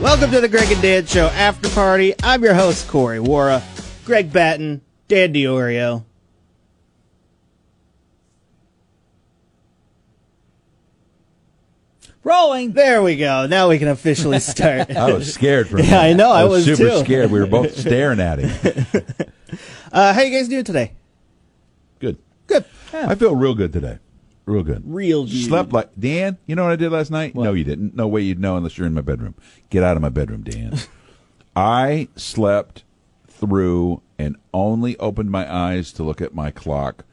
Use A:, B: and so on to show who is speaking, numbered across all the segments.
A: Welcome to the Greg and Dan Show After Party. I'm your host, Corey Wara, Greg Batten, Dan DiOrio.
B: Rolling.
A: There we go. Now we can officially start.
C: I was scared for a
A: Yeah,
C: minute.
A: I know, I was
C: super
A: too.
C: scared. We were both staring at him.
A: uh, how you guys doing today?
C: Good.
A: Good.
C: I feel real good today. Real good.
A: Real you.
C: Slept like Dan. You know what I did last night? No, you didn't. No way you'd know unless you're in my bedroom. Get out of my bedroom, Dan. I slept through and only opened my eyes to look at my clock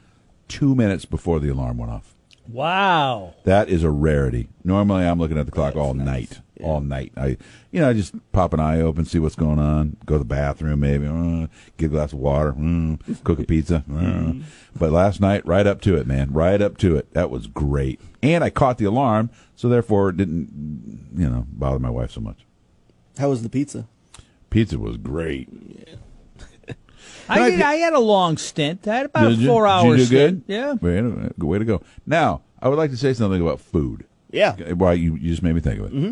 C: two minutes before the alarm went off.
B: Wow.
C: That is a rarity. Normally, I'm looking at the clock all night, all night. I, you know, I just pop an eye open, see what's going on, go to the bathroom, maybe uh, get a glass of water, mm, cook a pizza. uh.
B: Mm-hmm.
C: But last night, right up to it, man, right up to it. That was great, and I caught the alarm, so therefore it didn't, you know, bother my wife so much.
A: How was the pizza?
C: Pizza was great.
B: I
C: I
B: did,
C: pi-
B: I had a long stint. I had about
C: Did
B: a
C: you-
B: four
C: did
B: hour
C: you do good?
B: stint. Yeah.
C: Way to, way to go. Now, I would like to say something about food.
A: Yeah.
C: Why you, you just made me think of it.
B: Mm-hmm.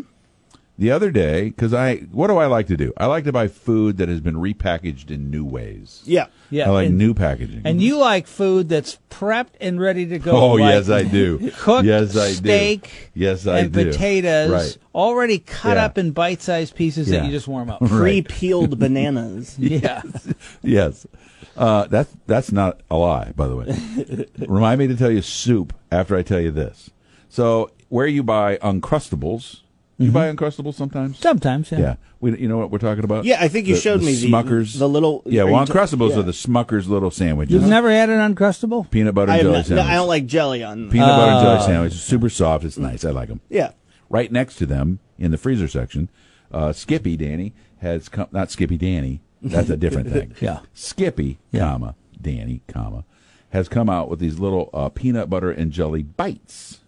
C: The other day, because I, what do I like to do? I like to buy food that has been repackaged in new ways.
A: Yeah.
B: Yeah.
C: I like
B: and,
C: new packaging.
B: and you like food that's prepped and ready to go.
C: oh
B: like
C: yes, I do.
B: Cooked
C: yes, I do.
B: steak
C: Yes, I
B: and
C: do.
B: potatoes
C: Right.
B: already cut
C: Yeah.
B: up in bite sized pieces
C: Yeah.
B: that you just warm up.
A: Pre peeled bananas.
B: yeah.
C: Yes. Uh, that's that's not a lie, by the way. Remind me to tell you soup after I tell you this. So where you buy uncrustables,
B: Mm-hmm.
C: you buy uncrustables sometimes.
B: Sometimes, yeah.
C: Yeah, we, you know what we're talking about.
A: Yeah, I think you
C: The-
A: showed me the-
C: Smuckers,
A: the little-
C: Yeah,
A: are
C: well,
A: you ta-
C: Uncrustables
A: yeah.
C: are the Smuckers little sandwiches,
B: You've never had an Uncrustable?
C: peanut butter
A: I,
C: and
A: am
C: jelly
A: not, no,
C: sandwich.
A: I don't like Uh, jelly on.
C: peanut butter and jelly sandwich. It's super soft. It's nice. I like them.
A: yeah.
C: Right next to them in the freezer section, uh, Skippy Danny has come. Not Skippy Danny. That's a different thing.
B: Yeah.
C: Skippy, comma Danny, comma has come out with these little uh, peanut butter and jelly bites,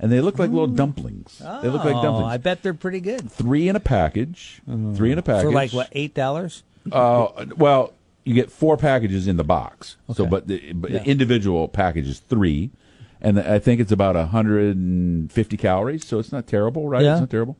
C: and they look like
A: Mm.
C: little dumplings. they look like
B: Oh,
C: dumplings.
B: I bet they're pretty good.
C: Three in a package.
A: Mm.
C: Three in a package
B: For like, what, $8?
C: uh, well, you get four packages in the box. So,
B: Okay.
C: but the but
B: Yeah.
C: individual package is three, and I think it's about 150 calories. So it's not terrible, right?
B: Yeah.
C: It's not terrible.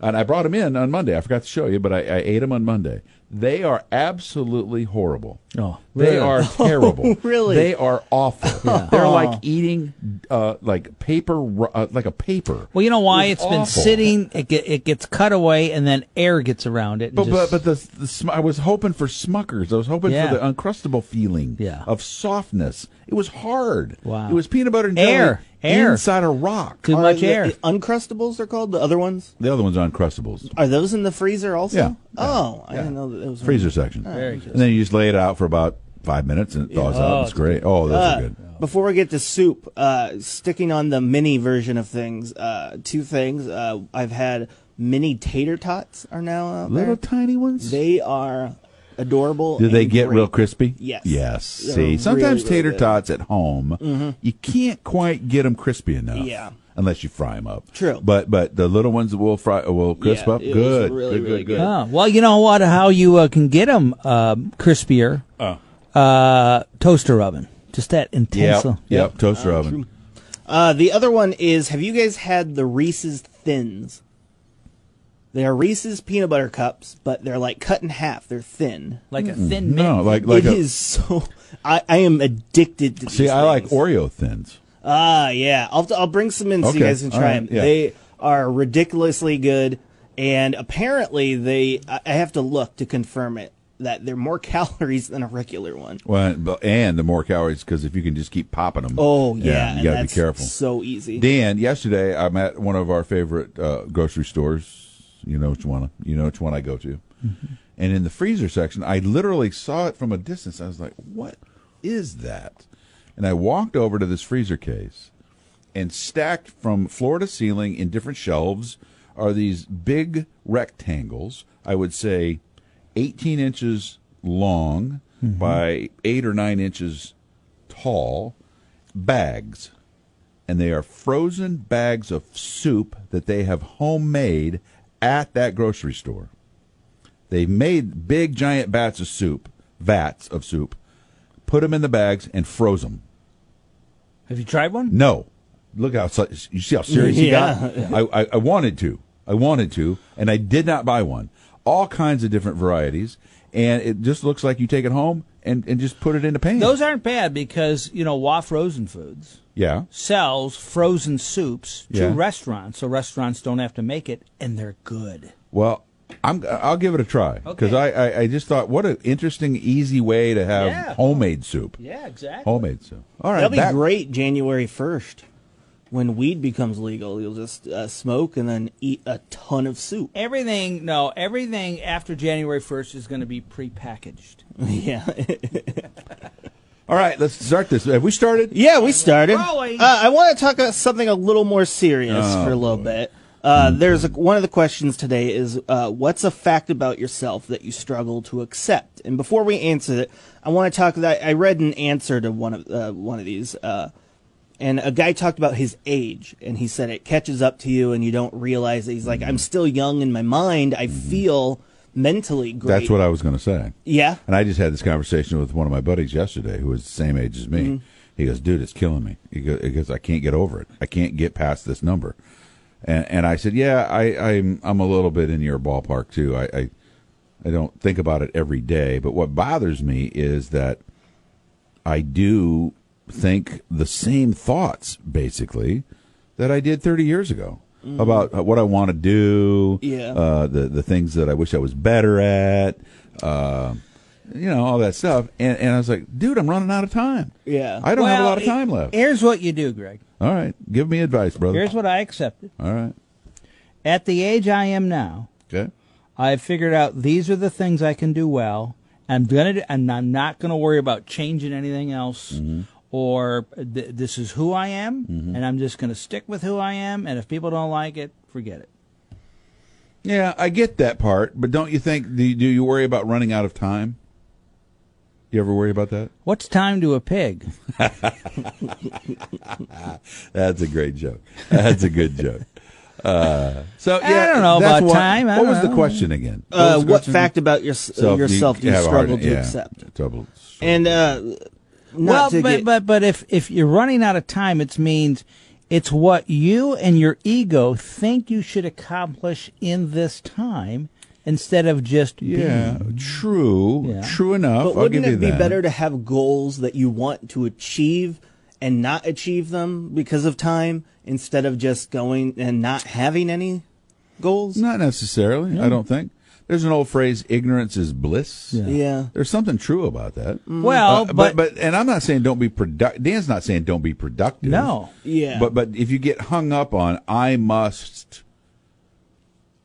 C: And I brought them in on Monday. I forgot to show you, but I, I ate them on Monday. They are absolutely horrible.
B: Oh,
C: they
B: really?
C: are terrible.
A: Really?
C: they are awful. They're like eating uh, like paper, ru- uh, like a paper.
B: Well, you know why?
C: It's
B: It's been
C: awful.
B: sitting, it, get, it gets cut away, and then air gets around it. and
C: But,
B: just-
C: but but the, the sm- I was hoping for Smuckers. I was hoping
B: Yeah.
C: for the uncrustable feeling
B: Yeah.
C: of softness. It was hard.
B: Wow.
C: It was peanut butter and jelly
B: Air. Air.
C: inside a rock.
B: Too
A: Are
B: much
A: the-
B: air.
A: the Uncrustables, they're called? The other ones?
C: The other one's are uncrustables.
A: Are those in the freezer also?
C: Yeah.
A: Oh, I didn't know that it was.
C: Freezer section.
B: Ah, Very good.
C: And then you just lay it out for about five minutes and it thaws
B: Oh,
C: out. It's
B: it's Ah.
C: great. Oh, those
A: Uh,
C: are good.
A: Before we get to soup, uh, sticking on the mini version of things, uh, two things. Uh, I've had mini tater tots are now out
C: Little
A: there.
C: tiny ones.
A: they are adorable.
C: Do they
A: and
C: get
A: great.
C: real crispy?
A: Yes.
C: Yes.
A: They're
C: See, sometimes
A: really, really
C: tater
A: good. Mm-hmm.
C: tots at home, you can't quite get them crispy enough.
A: Yeah.
C: Unless you fry them up.
A: True.
C: But but the little ones that will fry will crisp
A: Yeah,
C: up.
A: it was
C: Good.
A: really,
C: good.
A: really
C: good. Good.
A: good.
B: Oh, well, you know what? How you uh, can get them crispier?
C: Oh.
B: Uh, toaster oven. Just that
C: Yep.
B: intense.
C: Yep. Toaster oven.
A: Uh, the other one is have you guys had the Reese's Thins? They are Reese's peanut butter cups, but they're like cut in half. They're thin.
B: Like a thin
C: Mm. No,
B: mint.
C: like
A: It is
C: like a,
A: so. I, I am addicted to these.
C: see, I like
A: things.
C: Oreo thins.
A: Ah, yeah. I'll I'll bring some in so
C: Okay,
A: you guys can
C: all
A: try
C: right,
A: them.
C: yeah.
A: They are ridiculously good, and apparently they. I I have to look to confirm it that they're more calories than a regular one.
C: Well, but- and the more calories because if you can just keep popping them.
A: Oh yeah,
C: you
A: and
C: gotta
A: that's
C: be careful.
A: So easy.
C: Dan, yesterday I'm at one of our favorite uh, grocery stores. You know which one? You know which one I go to. And in the freezer section, I literally saw it from a distance. I was like, "What is that?" And I walked over to this freezer case, and stacked from floor to ceiling in different shelves are these big rectangles. I would say, eighteen inches long by eight or nine inches tall bags and they are frozen bags of soup that they have homemade at that grocery store. They made big giant bats of soup, vats of soup, put them in the bags and froze them.
B: Have you tried one?
C: No, look how si- you see how serious he
A: Yeah.
C: got. I, I I wanted to. I wanted to, and I did not buy one. All kinds of different varieties, and it just looks like you take it home and, and just put it in a pan.
B: Those aren't bad because you know Wa Frozen Foods
C: yeah,
B: sells frozen soups to
C: Yeah.
B: restaurants, so restaurants don't have to make it, and they're good.
C: Well, I'm I'll give it a try because
B: Okay.
C: I, I I just thought what an interesting easy way to have
B: Yeah.
C: homemade soup.
B: Yeah, exactly.
C: Homemade soup. All right,
A: That'll be
C: back-
A: great January 1st when weed becomes legal. You'll just uh, smoke and then eat a ton of soup.
B: Everything, no, everything after January first is going to be prepackaged.
A: yeah.
C: All right, let's start this. Have we started?
A: yeah, we started.
B: Rolling.
A: Uh, I want to talk about something a little more serious
C: Oh,
A: for a little bit. Uh, there's a, one of the questions today is uh, what's a fact about yourself that you struggle to accept? And before we answer it, I want to talk that I read an answer to one of uh, one of these, uh, and a guy talked about his age, and he said it catches up to you, and you don't realize that he's like
C: Mm.
A: I'm still young in my mind. I feel mentally great.
C: That's what I was going to say.
A: Yeah.
C: And I just had this conversation with one of my buddies yesterday who is the same age as me.
A: Mm-hmm.
C: He goes, dude, it's killing me. He goes, he goes, I can't get over it. I can't get past this number. And, and I said, yeah, I, I'm, I'm a little bit in your ballpark too. I, I, I don't think about it every day, but what bothers me is that I do think the same thoughts basically that I did 30 years ago about what I want to do,
A: Mm-hmm. Yeah.
C: uh, the the things that I wish I was better at, uh, you know, all that stuff. And and I was like, dude, I'm running out of time.
A: Yeah.
C: I don't have a
B: Well,
C: lot of time left.
B: Here's what you do, Greg.
C: all right, give me advice, brother.
B: Here's what I accepted.
C: all right,
B: At the age I am now,
C: okay.
B: I've figured out these are the things I can do well. I'm gonna, do, and I'm not gonna worry about changing anything else.
C: Mm-hmm.
B: Or th- this is who I am, and I'm just gonna stick with who I am. And if people don't like it, forget it.
C: Yeah, I get that part, but don't you think? Do you, do you worry about running out of time? You ever worry about that?
B: What's time to a pig?
C: That's a great joke. That's a good joke. Uh, so
B: I
C: yeah,
B: don't know
C: that's
B: about
C: what,
B: time. I
C: What
B: don't
C: was the
B: know.
C: question again?
A: Uh,
C: was the
A: what
C: question?
A: fact about your, uh, yourself do you
C: have a hard-
A: struggle to
C: yeah,
A: accept?
C: Trouble.
A: And uh, not
B: well,
A: to
B: but,
A: get,
B: but but if if you're running out of time, it means it's what you and your ego think you should accomplish in this time instead of just
C: yeah,
B: being.
C: true,
B: Yeah.
C: true enough.
A: But
C: I'll
A: wouldn't
C: give you
A: it be
C: that.
A: better to have goals that you want to achieve and not achieve them because of time instead of just going and not having any goals?
C: Not necessarily. I don't think. There's an old phrase: "Ignorance is bliss."
A: Yeah. Mm. Oh,
C: There's something true about that.
B: Well,
C: Uh,
B: but,
C: but, but and I'm not saying don't be productive. Dan's not saying don't be productive.
B: No.
A: Yeah.
C: But but if you get hung up on I must,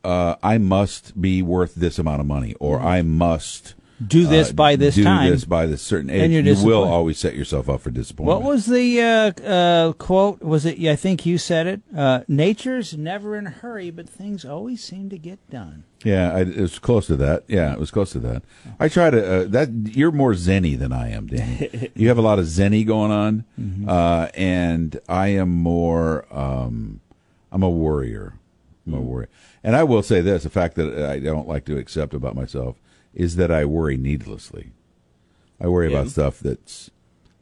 C: uh, I must be worth this amount of money, or I must
B: Do Mm. this
C: uh,
B: by this
C: do
B: time.
C: this by this certain age,
B: And you're
C: you will
B: disappointed.
C: always set yourself up for disappointment.
B: what was the uh, uh, quote? Was it? I think you said it. Uh, Nature's never in a hurry, but things always seem to get done.
C: Yeah, I, it was close to that. Yeah, it was close to that. I try to uh, that. You're more zenny than I am, Danny. you have a lot of zenny going on, uh, and I am more. Um, I'm a warrior. I'm
A: Hmm.
C: a warrior, and I will say this: the fact that I don't like to accept about myself is that I worry needlessly. I worry about stuff that's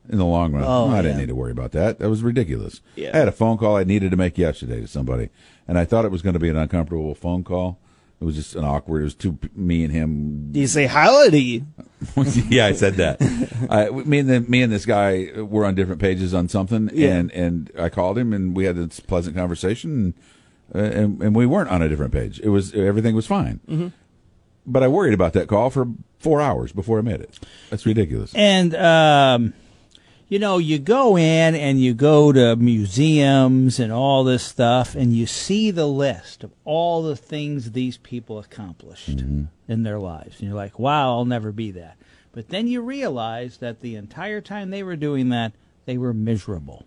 C: in the long run.
A: Oh,
C: "Oh, I didn't
A: yeah.
C: need to worry about that. That was ridiculous.
A: Yeah.
C: I had a phone call I needed to make yesterday to somebody, and I thought it was going to be an uncomfortable phone call. It was just an awkward. It was two me and him.
A: do you say holiday?
C: yeah, I said that. I, me and the, me and this guy were on different pages on something,
A: Yeah.
C: and and I called him, and we had this pleasant conversation, and uh, and, and we weren't on a different page. It was everything was fine. But I worried about that call for four hours before I made it. That's ridiculous.
B: And um, you know, you go in and you go to museums and all this stuff, and you see the list of all the things these people accomplished in their lives, and you're like, "Wow, I'll never be that." But then you realize that the entire time they were doing that, they were miserable.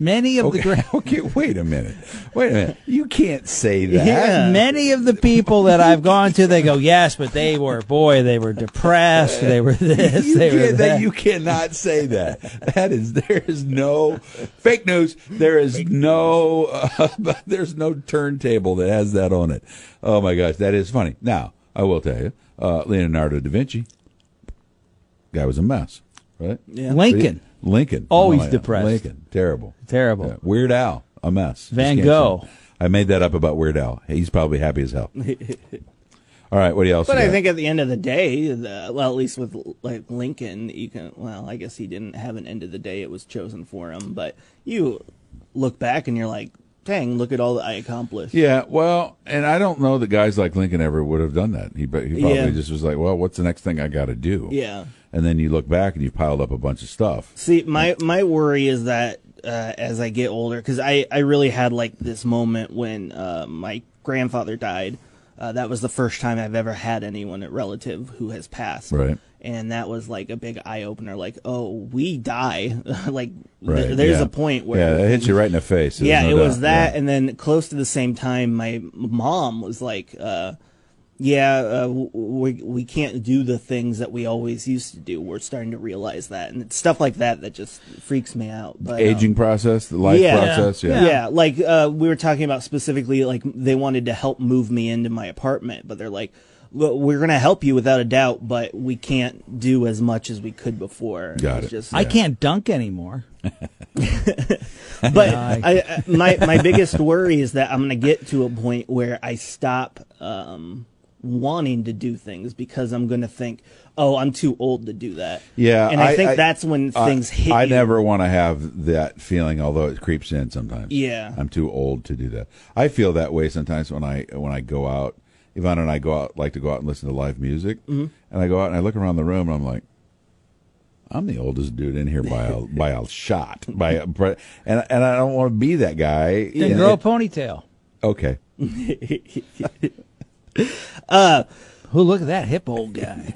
B: Many of the
C: Okay,
B: great.
C: okay, wait a minute. Wait a minute. You can't say that.
A: Yeah.
B: Many of the people that I've gone to, they go, yes, but they were, boy, they were depressed. They were this.
C: You,
B: they were
C: can't,
B: that.
C: that. you cannot say that. That is, there is no fake news. There is no, uh, there's no turntable that has that on it. Oh my gosh, that is funny. Now, I will tell you, uh, Leonardo da Vinci, guy was a mess, right?
A: Yeah.
B: Lincoln.
C: Lincoln. Oh,
B: Always
C: yeah.
B: depressed.
C: Lincoln. Terrible.
B: Terrible.
C: Yeah. Weird Al. A mess.
B: Van
C: Just can't
B: Gogh.
C: say it. I made that up about Weird Al. He's probably happy as hell. All right, what else?
A: But
C: you
A: I
C: got?
A: think at the end of the day, the, well, at least with like Lincoln, you can. Well, I guess he didn't have an end of the day; it was chosen for him. But you look back and you're like, "Dang, look at all that I accomplished."
C: Yeah, well, and I don't know that guys like Lincoln ever would have done that. He, but he probably
A: Yeah.
C: just was like, well, what's the next thing I got to do?
A: Yeah.
C: And then you look back and you piled up a bunch of stuff.
A: See, my my worry is that uh, as I get older, because I I really had like this moment when uh, my grandfather died. Uh, that was the first time I've ever had anyone, a relative, who has passed.
C: Right.
A: And that was like a big eye opener. Like, oh, we die. like, th-
C: Right.
A: there's
C: yeah.
A: a point where
C: Yeah, it hits you right in the face. There's
A: yeah,
C: no
A: it was
C: doubt.
A: that,
C: Yeah.
A: and then close to the same time, my mom was like, uh, "Yeah, uh, w- we we can't do the things that we always used to do. We're starting to realize that, and it's stuff like that that just freaks me out." But, um,
C: Aging process, the life
A: Yeah.
C: process. Yeah.
A: yeah. like uh, we were talking about specifically, like they wanted to help move me into my apartment, but they're like, "Well, we're gonna help you without a doubt, but we can't do as much as we could before." And
C: Got
A: it's
C: it.
A: Just,
B: I can't dunk anymore.
A: but
B: I-
A: I, I, my my biggest worry is that I'm going to get to a point where I stop um, wanting to do things because I'm going to think, oh, I'm too old to do that.
C: Yeah,
A: and I, think that's when
C: I-
A: things hit.
C: I
A: you.
C: never want to have that feeling, although it creeps in sometimes.
A: Yeah.
C: I'm too old to do that. I feel that way sometimes when I when I go out. Ivana and I go out like to go out and listen to live music,
B: Mm-hmm.
C: and I go out and I look around the room and I'm like, I'm the oldest dude in here by a by a shot by a, by- and and I don't want to be that guy.
B: Then
C: And
B: grow a
C: it-
B: ponytail.
C: okay.
B: Oh, look at that hip old guy.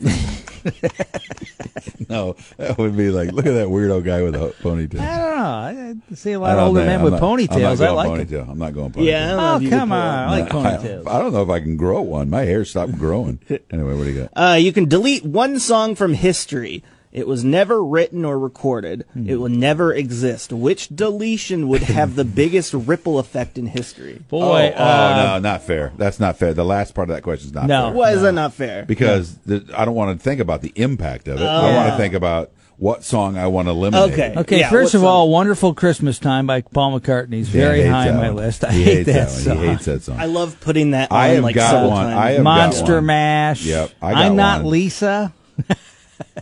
C: No, that would be like, look at that weirdo guy with a
B: I
C: ponytail.
B: don't know. I- I see a lot
C: I
B: of
C: don't
B: older
C: think-
B: men
C: I'm
B: with
C: not- I'm not
B: ponytails. I
C: going
B: like it.
C: ponytail. I'm not going ponytail.
A: Yeah. I don't know
B: Oh,
A: if you could
B: come
A: pull
B: on.
A: off
B: I like
C: I,
B: ponytails.
C: I don't Oh, know if I can grow one. My hair stopped growing. anyway, what do you got?
A: Uh, you can delete one song from history. It was never written or recorded. It will never exist. Which deletion would have the biggest ripple effect in history?
B: Boy,
C: oh, oh,
B: uh,
C: no, not fair. That's not fair. The last part of that question is not
B: No.
C: fair.
A: Why is that not fair?
C: Because the, I don't want to think about the impact of it. I want to think about what song I want to eliminate.
A: Okay.
B: Oh, Okay,
A: Yeah,
B: first
A: what's
B: of
A: up?
B: all, "Wonderful Christmas Time" by Paul McCartney is
C: Yeah, he
B: very
C: hates
B: high
C: that
B: on my
C: one.
B: list. I
C: he
B: hate
C: hates
B: that,
C: one.
B: song.
C: He hates that song.
A: I love putting that on
C: I have
A: like
C: got
A: several
C: one.
A: times.
C: I have- I've got
B: Monster
C: one.
B: Mash.
C: Yep, I got
B: I'm not
C: one.
B: Lisa.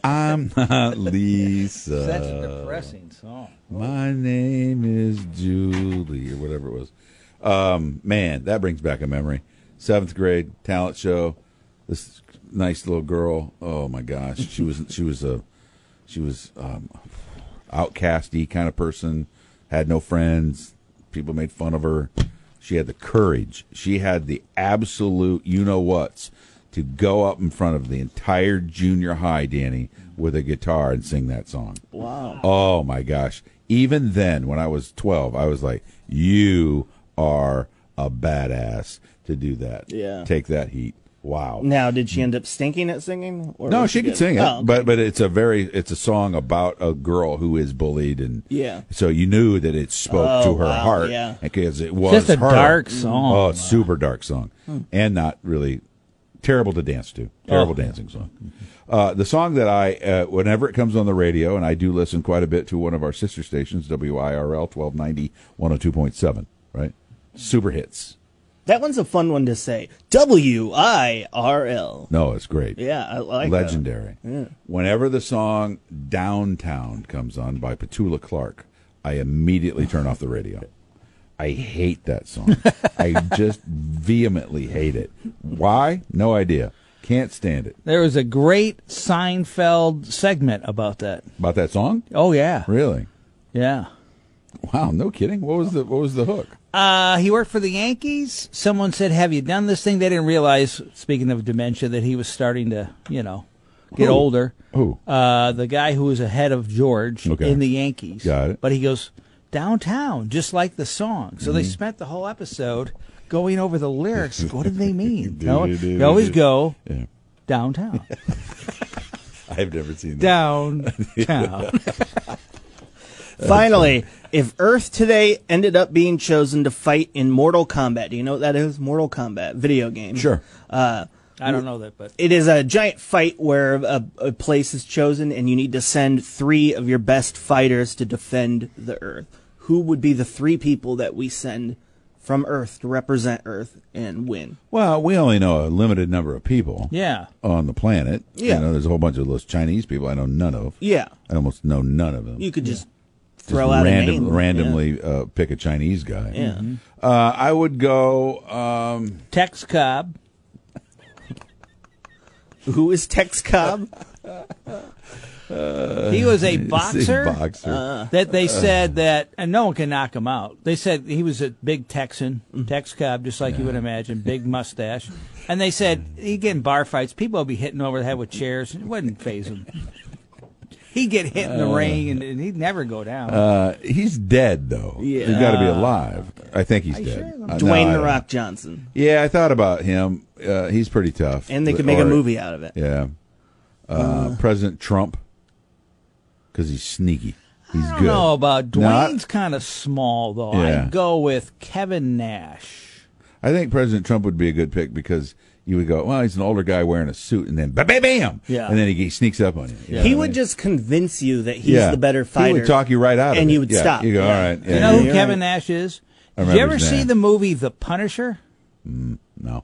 C: I'm not Lisa.
B: That's a depressing song.
C: My name is Julie, or whatever it was. Um, man, that brings back a memory. Seventh grade talent show. This nice little girl. Oh my gosh, she was she was a she was um, outcasty kind of person. Had no friends. People made fun of her. She had the courage. She had the absolute you know what's to go up in front of the entire junior high, Danny, with a guitar and sing that song.
A: wow.
C: Oh my gosh. Even then, when I was 12, I was like, you are a badass to do that.
A: Yeah.
C: Take that heat. Wow.
A: Now, did she end up stinking at singing? Or
C: No,
A: was
C: she could
A: good?
C: sing it,
A: Oh, okay.
C: but but it's a very it's a song about a girl who is bullied and
A: Yeah.
C: So you knew that it spoke to
A: Oh,
C: her
A: wow,
C: heart
A: yeah.
C: because it was
B: Just a
C: her.
B: dark song.
C: Oh, it's super dark song
A: Hmm.
C: and not really terrible to dance to.
A: Oh.
C: Terrible dancing song. Uh, the song that I uh, whenever it comes on the radio and I do listen quite a bit to one of our sister stations WIRL 1290 102.7, right? Super hits.
A: that one's a fun one to say. W I R L.
C: No, it's great.
A: Yeah, I like
C: legendary. Whenever the song "Downtown" comes on by Petula Clark, I immediately turn off the radio. I hate that song. I just vehemently hate it. Why? No idea. Can't stand it.
B: There was a great Seinfeld segment about that.
C: About that song?
B: Oh yeah,
C: Really?
B: yeah.
C: Wow. No kidding. What was the What was the hook?
B: Uh, he worked for the Yankees. Someone said, "Have you done this thing?" They didn't realize, speaking of dementia, that he was starting to, you know, get
C: Who?
B: older.
C: Who?
B: Uh, the guy who was ahead of George
C: Okay.
B: in the Yankees.
C: Got it.
B: But he goes downtown, just like the song. So
C: Mm-hmm.
B: they spent the whole episode going over the lyrics. what did they mean? No, they always go
C: Yeah.
B: downtown,
C: I've never seen that.
B: downtown.
C: Uh,
A: that. Finally, if Earth today ended up being chosen to fight in Mortal Kombat, do you know what that is? Mortal Kombat video game. Uh,
C: Sure.
B: I don't know that, but
A: It is a giant fight where a, a place is chosen, and you need to send three of your best fighters to defend the Earth. Who would be the three people that we send from Earth to represent Earth and win.
C: Well, we only know a limited number of people
B: Yeah.
C: on the planet.
A: Yeah.
C: You know, there's a whole bunch of those Chinese people I know none of.
A: Yeah,
C: I almost know none of them.
A: you could just
C: Just
A: throw out
C: random,
A: a name.
C: randomly uh, pick a Chinese guy.
A: Yeah. Yeah.
C: Uh, I would go. Um,
B: Tex Cobb.
A: Who is Tex Cobb?
C: Uh,
B: He was
C: let's see,
B: a boxer
C: Boxer.
B: that
C: Uh.
B: they said that, and no one can knock him out. They said he was a big Texan, Tex Cobb, just like you would imagine, big mustache. And they said he'd get in bar fights. People would be hitting over the head with chairs. It wouldn't phase him. He'd get hit in the ring, and, and he'd never go down.
C: uh, he's dead though.
A: Yeah.
C: He's got to be alive. I think he's
B: sure?
C: dead. Uh, no,
A: Dwayne
C: I don't
A: the
C: know.
A: Rock Johnson,
C: Yeah, I thought about him. Uh, he's pretty tough.
A: and they
C: But-
A: could make a
C: or-
A: movie out of it.
C: Yeah. Uh, President Trump, because he's sneaky. He's
B: I don't
C: good.
B: know about
C: No, I-
B: Dwayne's kind of small though.
C: Yeah.
B: I'd go with Kevin Nash.
C: I think President Trump would be a good pick because you would go, well, he's an older guy wearing a suit, and then bam, bam, bam,
A: Yeah.
C: and then he, he sneaks up on you. you know
A: He
C: what I
A: would
C: mean?
A: just convince you that he's
C: Yeah.
A: the better fighter.
C: He would talk you right out, of
A: and
C: it.
A: you would
C: Yeah.
A: stop.
C: You go,
A: Yeah.
C: all right. Yeah,
B: You know who
C: yeah.
A: you're
B: Kevin
A: right.
B: Nash is?
C: I
B: Did you
C: remember
B: ever
C: his
B: see
C: name.
B: the movie The Punisher?
C: No,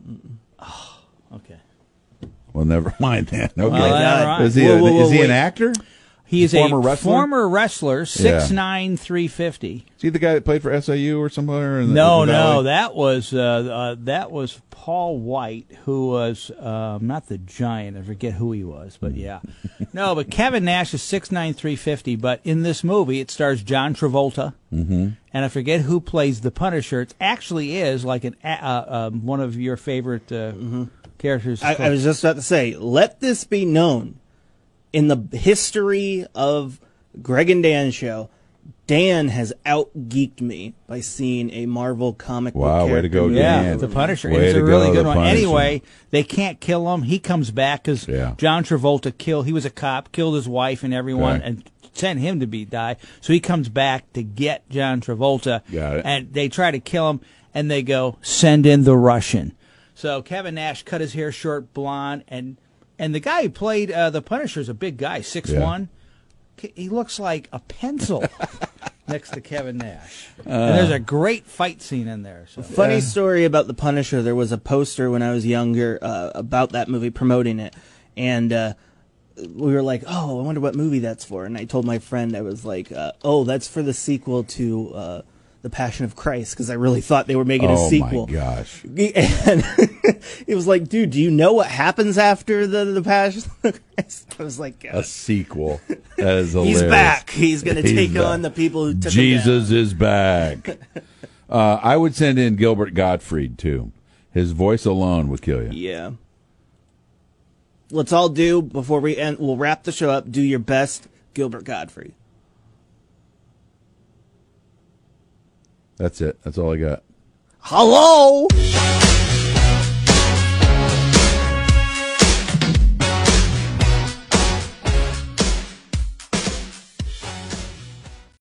B: Okay.
C: well, never mind that.
A: Oh,
C: Okay,
B: Well, never mind.
C: is he, a,
A: Whoa, whoa, whoa,
C: is he an
A: wait.
C: actor? Is
B: He is
C: Former
B: a
C: wrestler?
B: former wrestler, six nine three fifty.
C: he the guy that played for SAU or somewhere? In the,
B: No,
C: the
B: no,
C: Valley?
B: that was uh, uh, that was Paul White, who was um, not the giant. I forget who he was, but yeah, no. But Kevin Nash is six nine three fifty. But in this movie, it stars John Travolta, mm-hmm. and I forget who plays the Punisher. It actually is like an a- uh, um, one of your favorite uh, characters.
A: I, I was just about to say, let this be known in the history of Greg and Dan show. Dan has out geeked me by seeing a Marvel comic book
C: Wow, way to
A: character
C: go,
A: movie.
B: Yeah,
C: Dan.
B: the Punisher.
C: Way
B: it's
C: to
B: a really
C: go,
B: good
C: the
B: one.
C: Punisher.
B: Anyway, they can't kill him. He comes back because
C: Yeah.
B: John Travolta killed. He was a cop, killed his wife and everyone,
C: Okay.
B: and sent him to be die. So he comes back to get John Travolta.
C: Got it.
B: And they try to kill him, and they go send in the Russian. So Kevin Nash cut his hair short, blonde, and and the guy who played uh, the Punisher is a big guy, six one. He looks like a pencil next to Kevin Nash.
C: Uh.
B: and there's a great fight scene in there. So.
A: Funny story about the Punisher. There was a poster when I was younger uh, about that movie promoting it, and uh, we were like, "Oh, I wonder what movie that's for." And I told my friend, I was like, uh, "Oh, that's for the sequel to uh, the Passion of Christ," because I really thought they were making a
C: Oh
A: sequel.
C: my gosh!
A: and it was like, dude, do you know what happens after the the passion? of Christ? I was like,
C: A sequel. That is
A: he's
C: hilarious.
A: back. He's gonna
C: He's
A: take
C: back.
A: on the people who took Him
C: Jesus is back. uh, I would send in Gilbert Gottfried too. His voice alone would kill you.
A: down. Yeah. Let's all do before we end. We'll wrap the show up. Do your best, Gilbert Godfrey.
C: That's it. That's all I got.
A: Hello.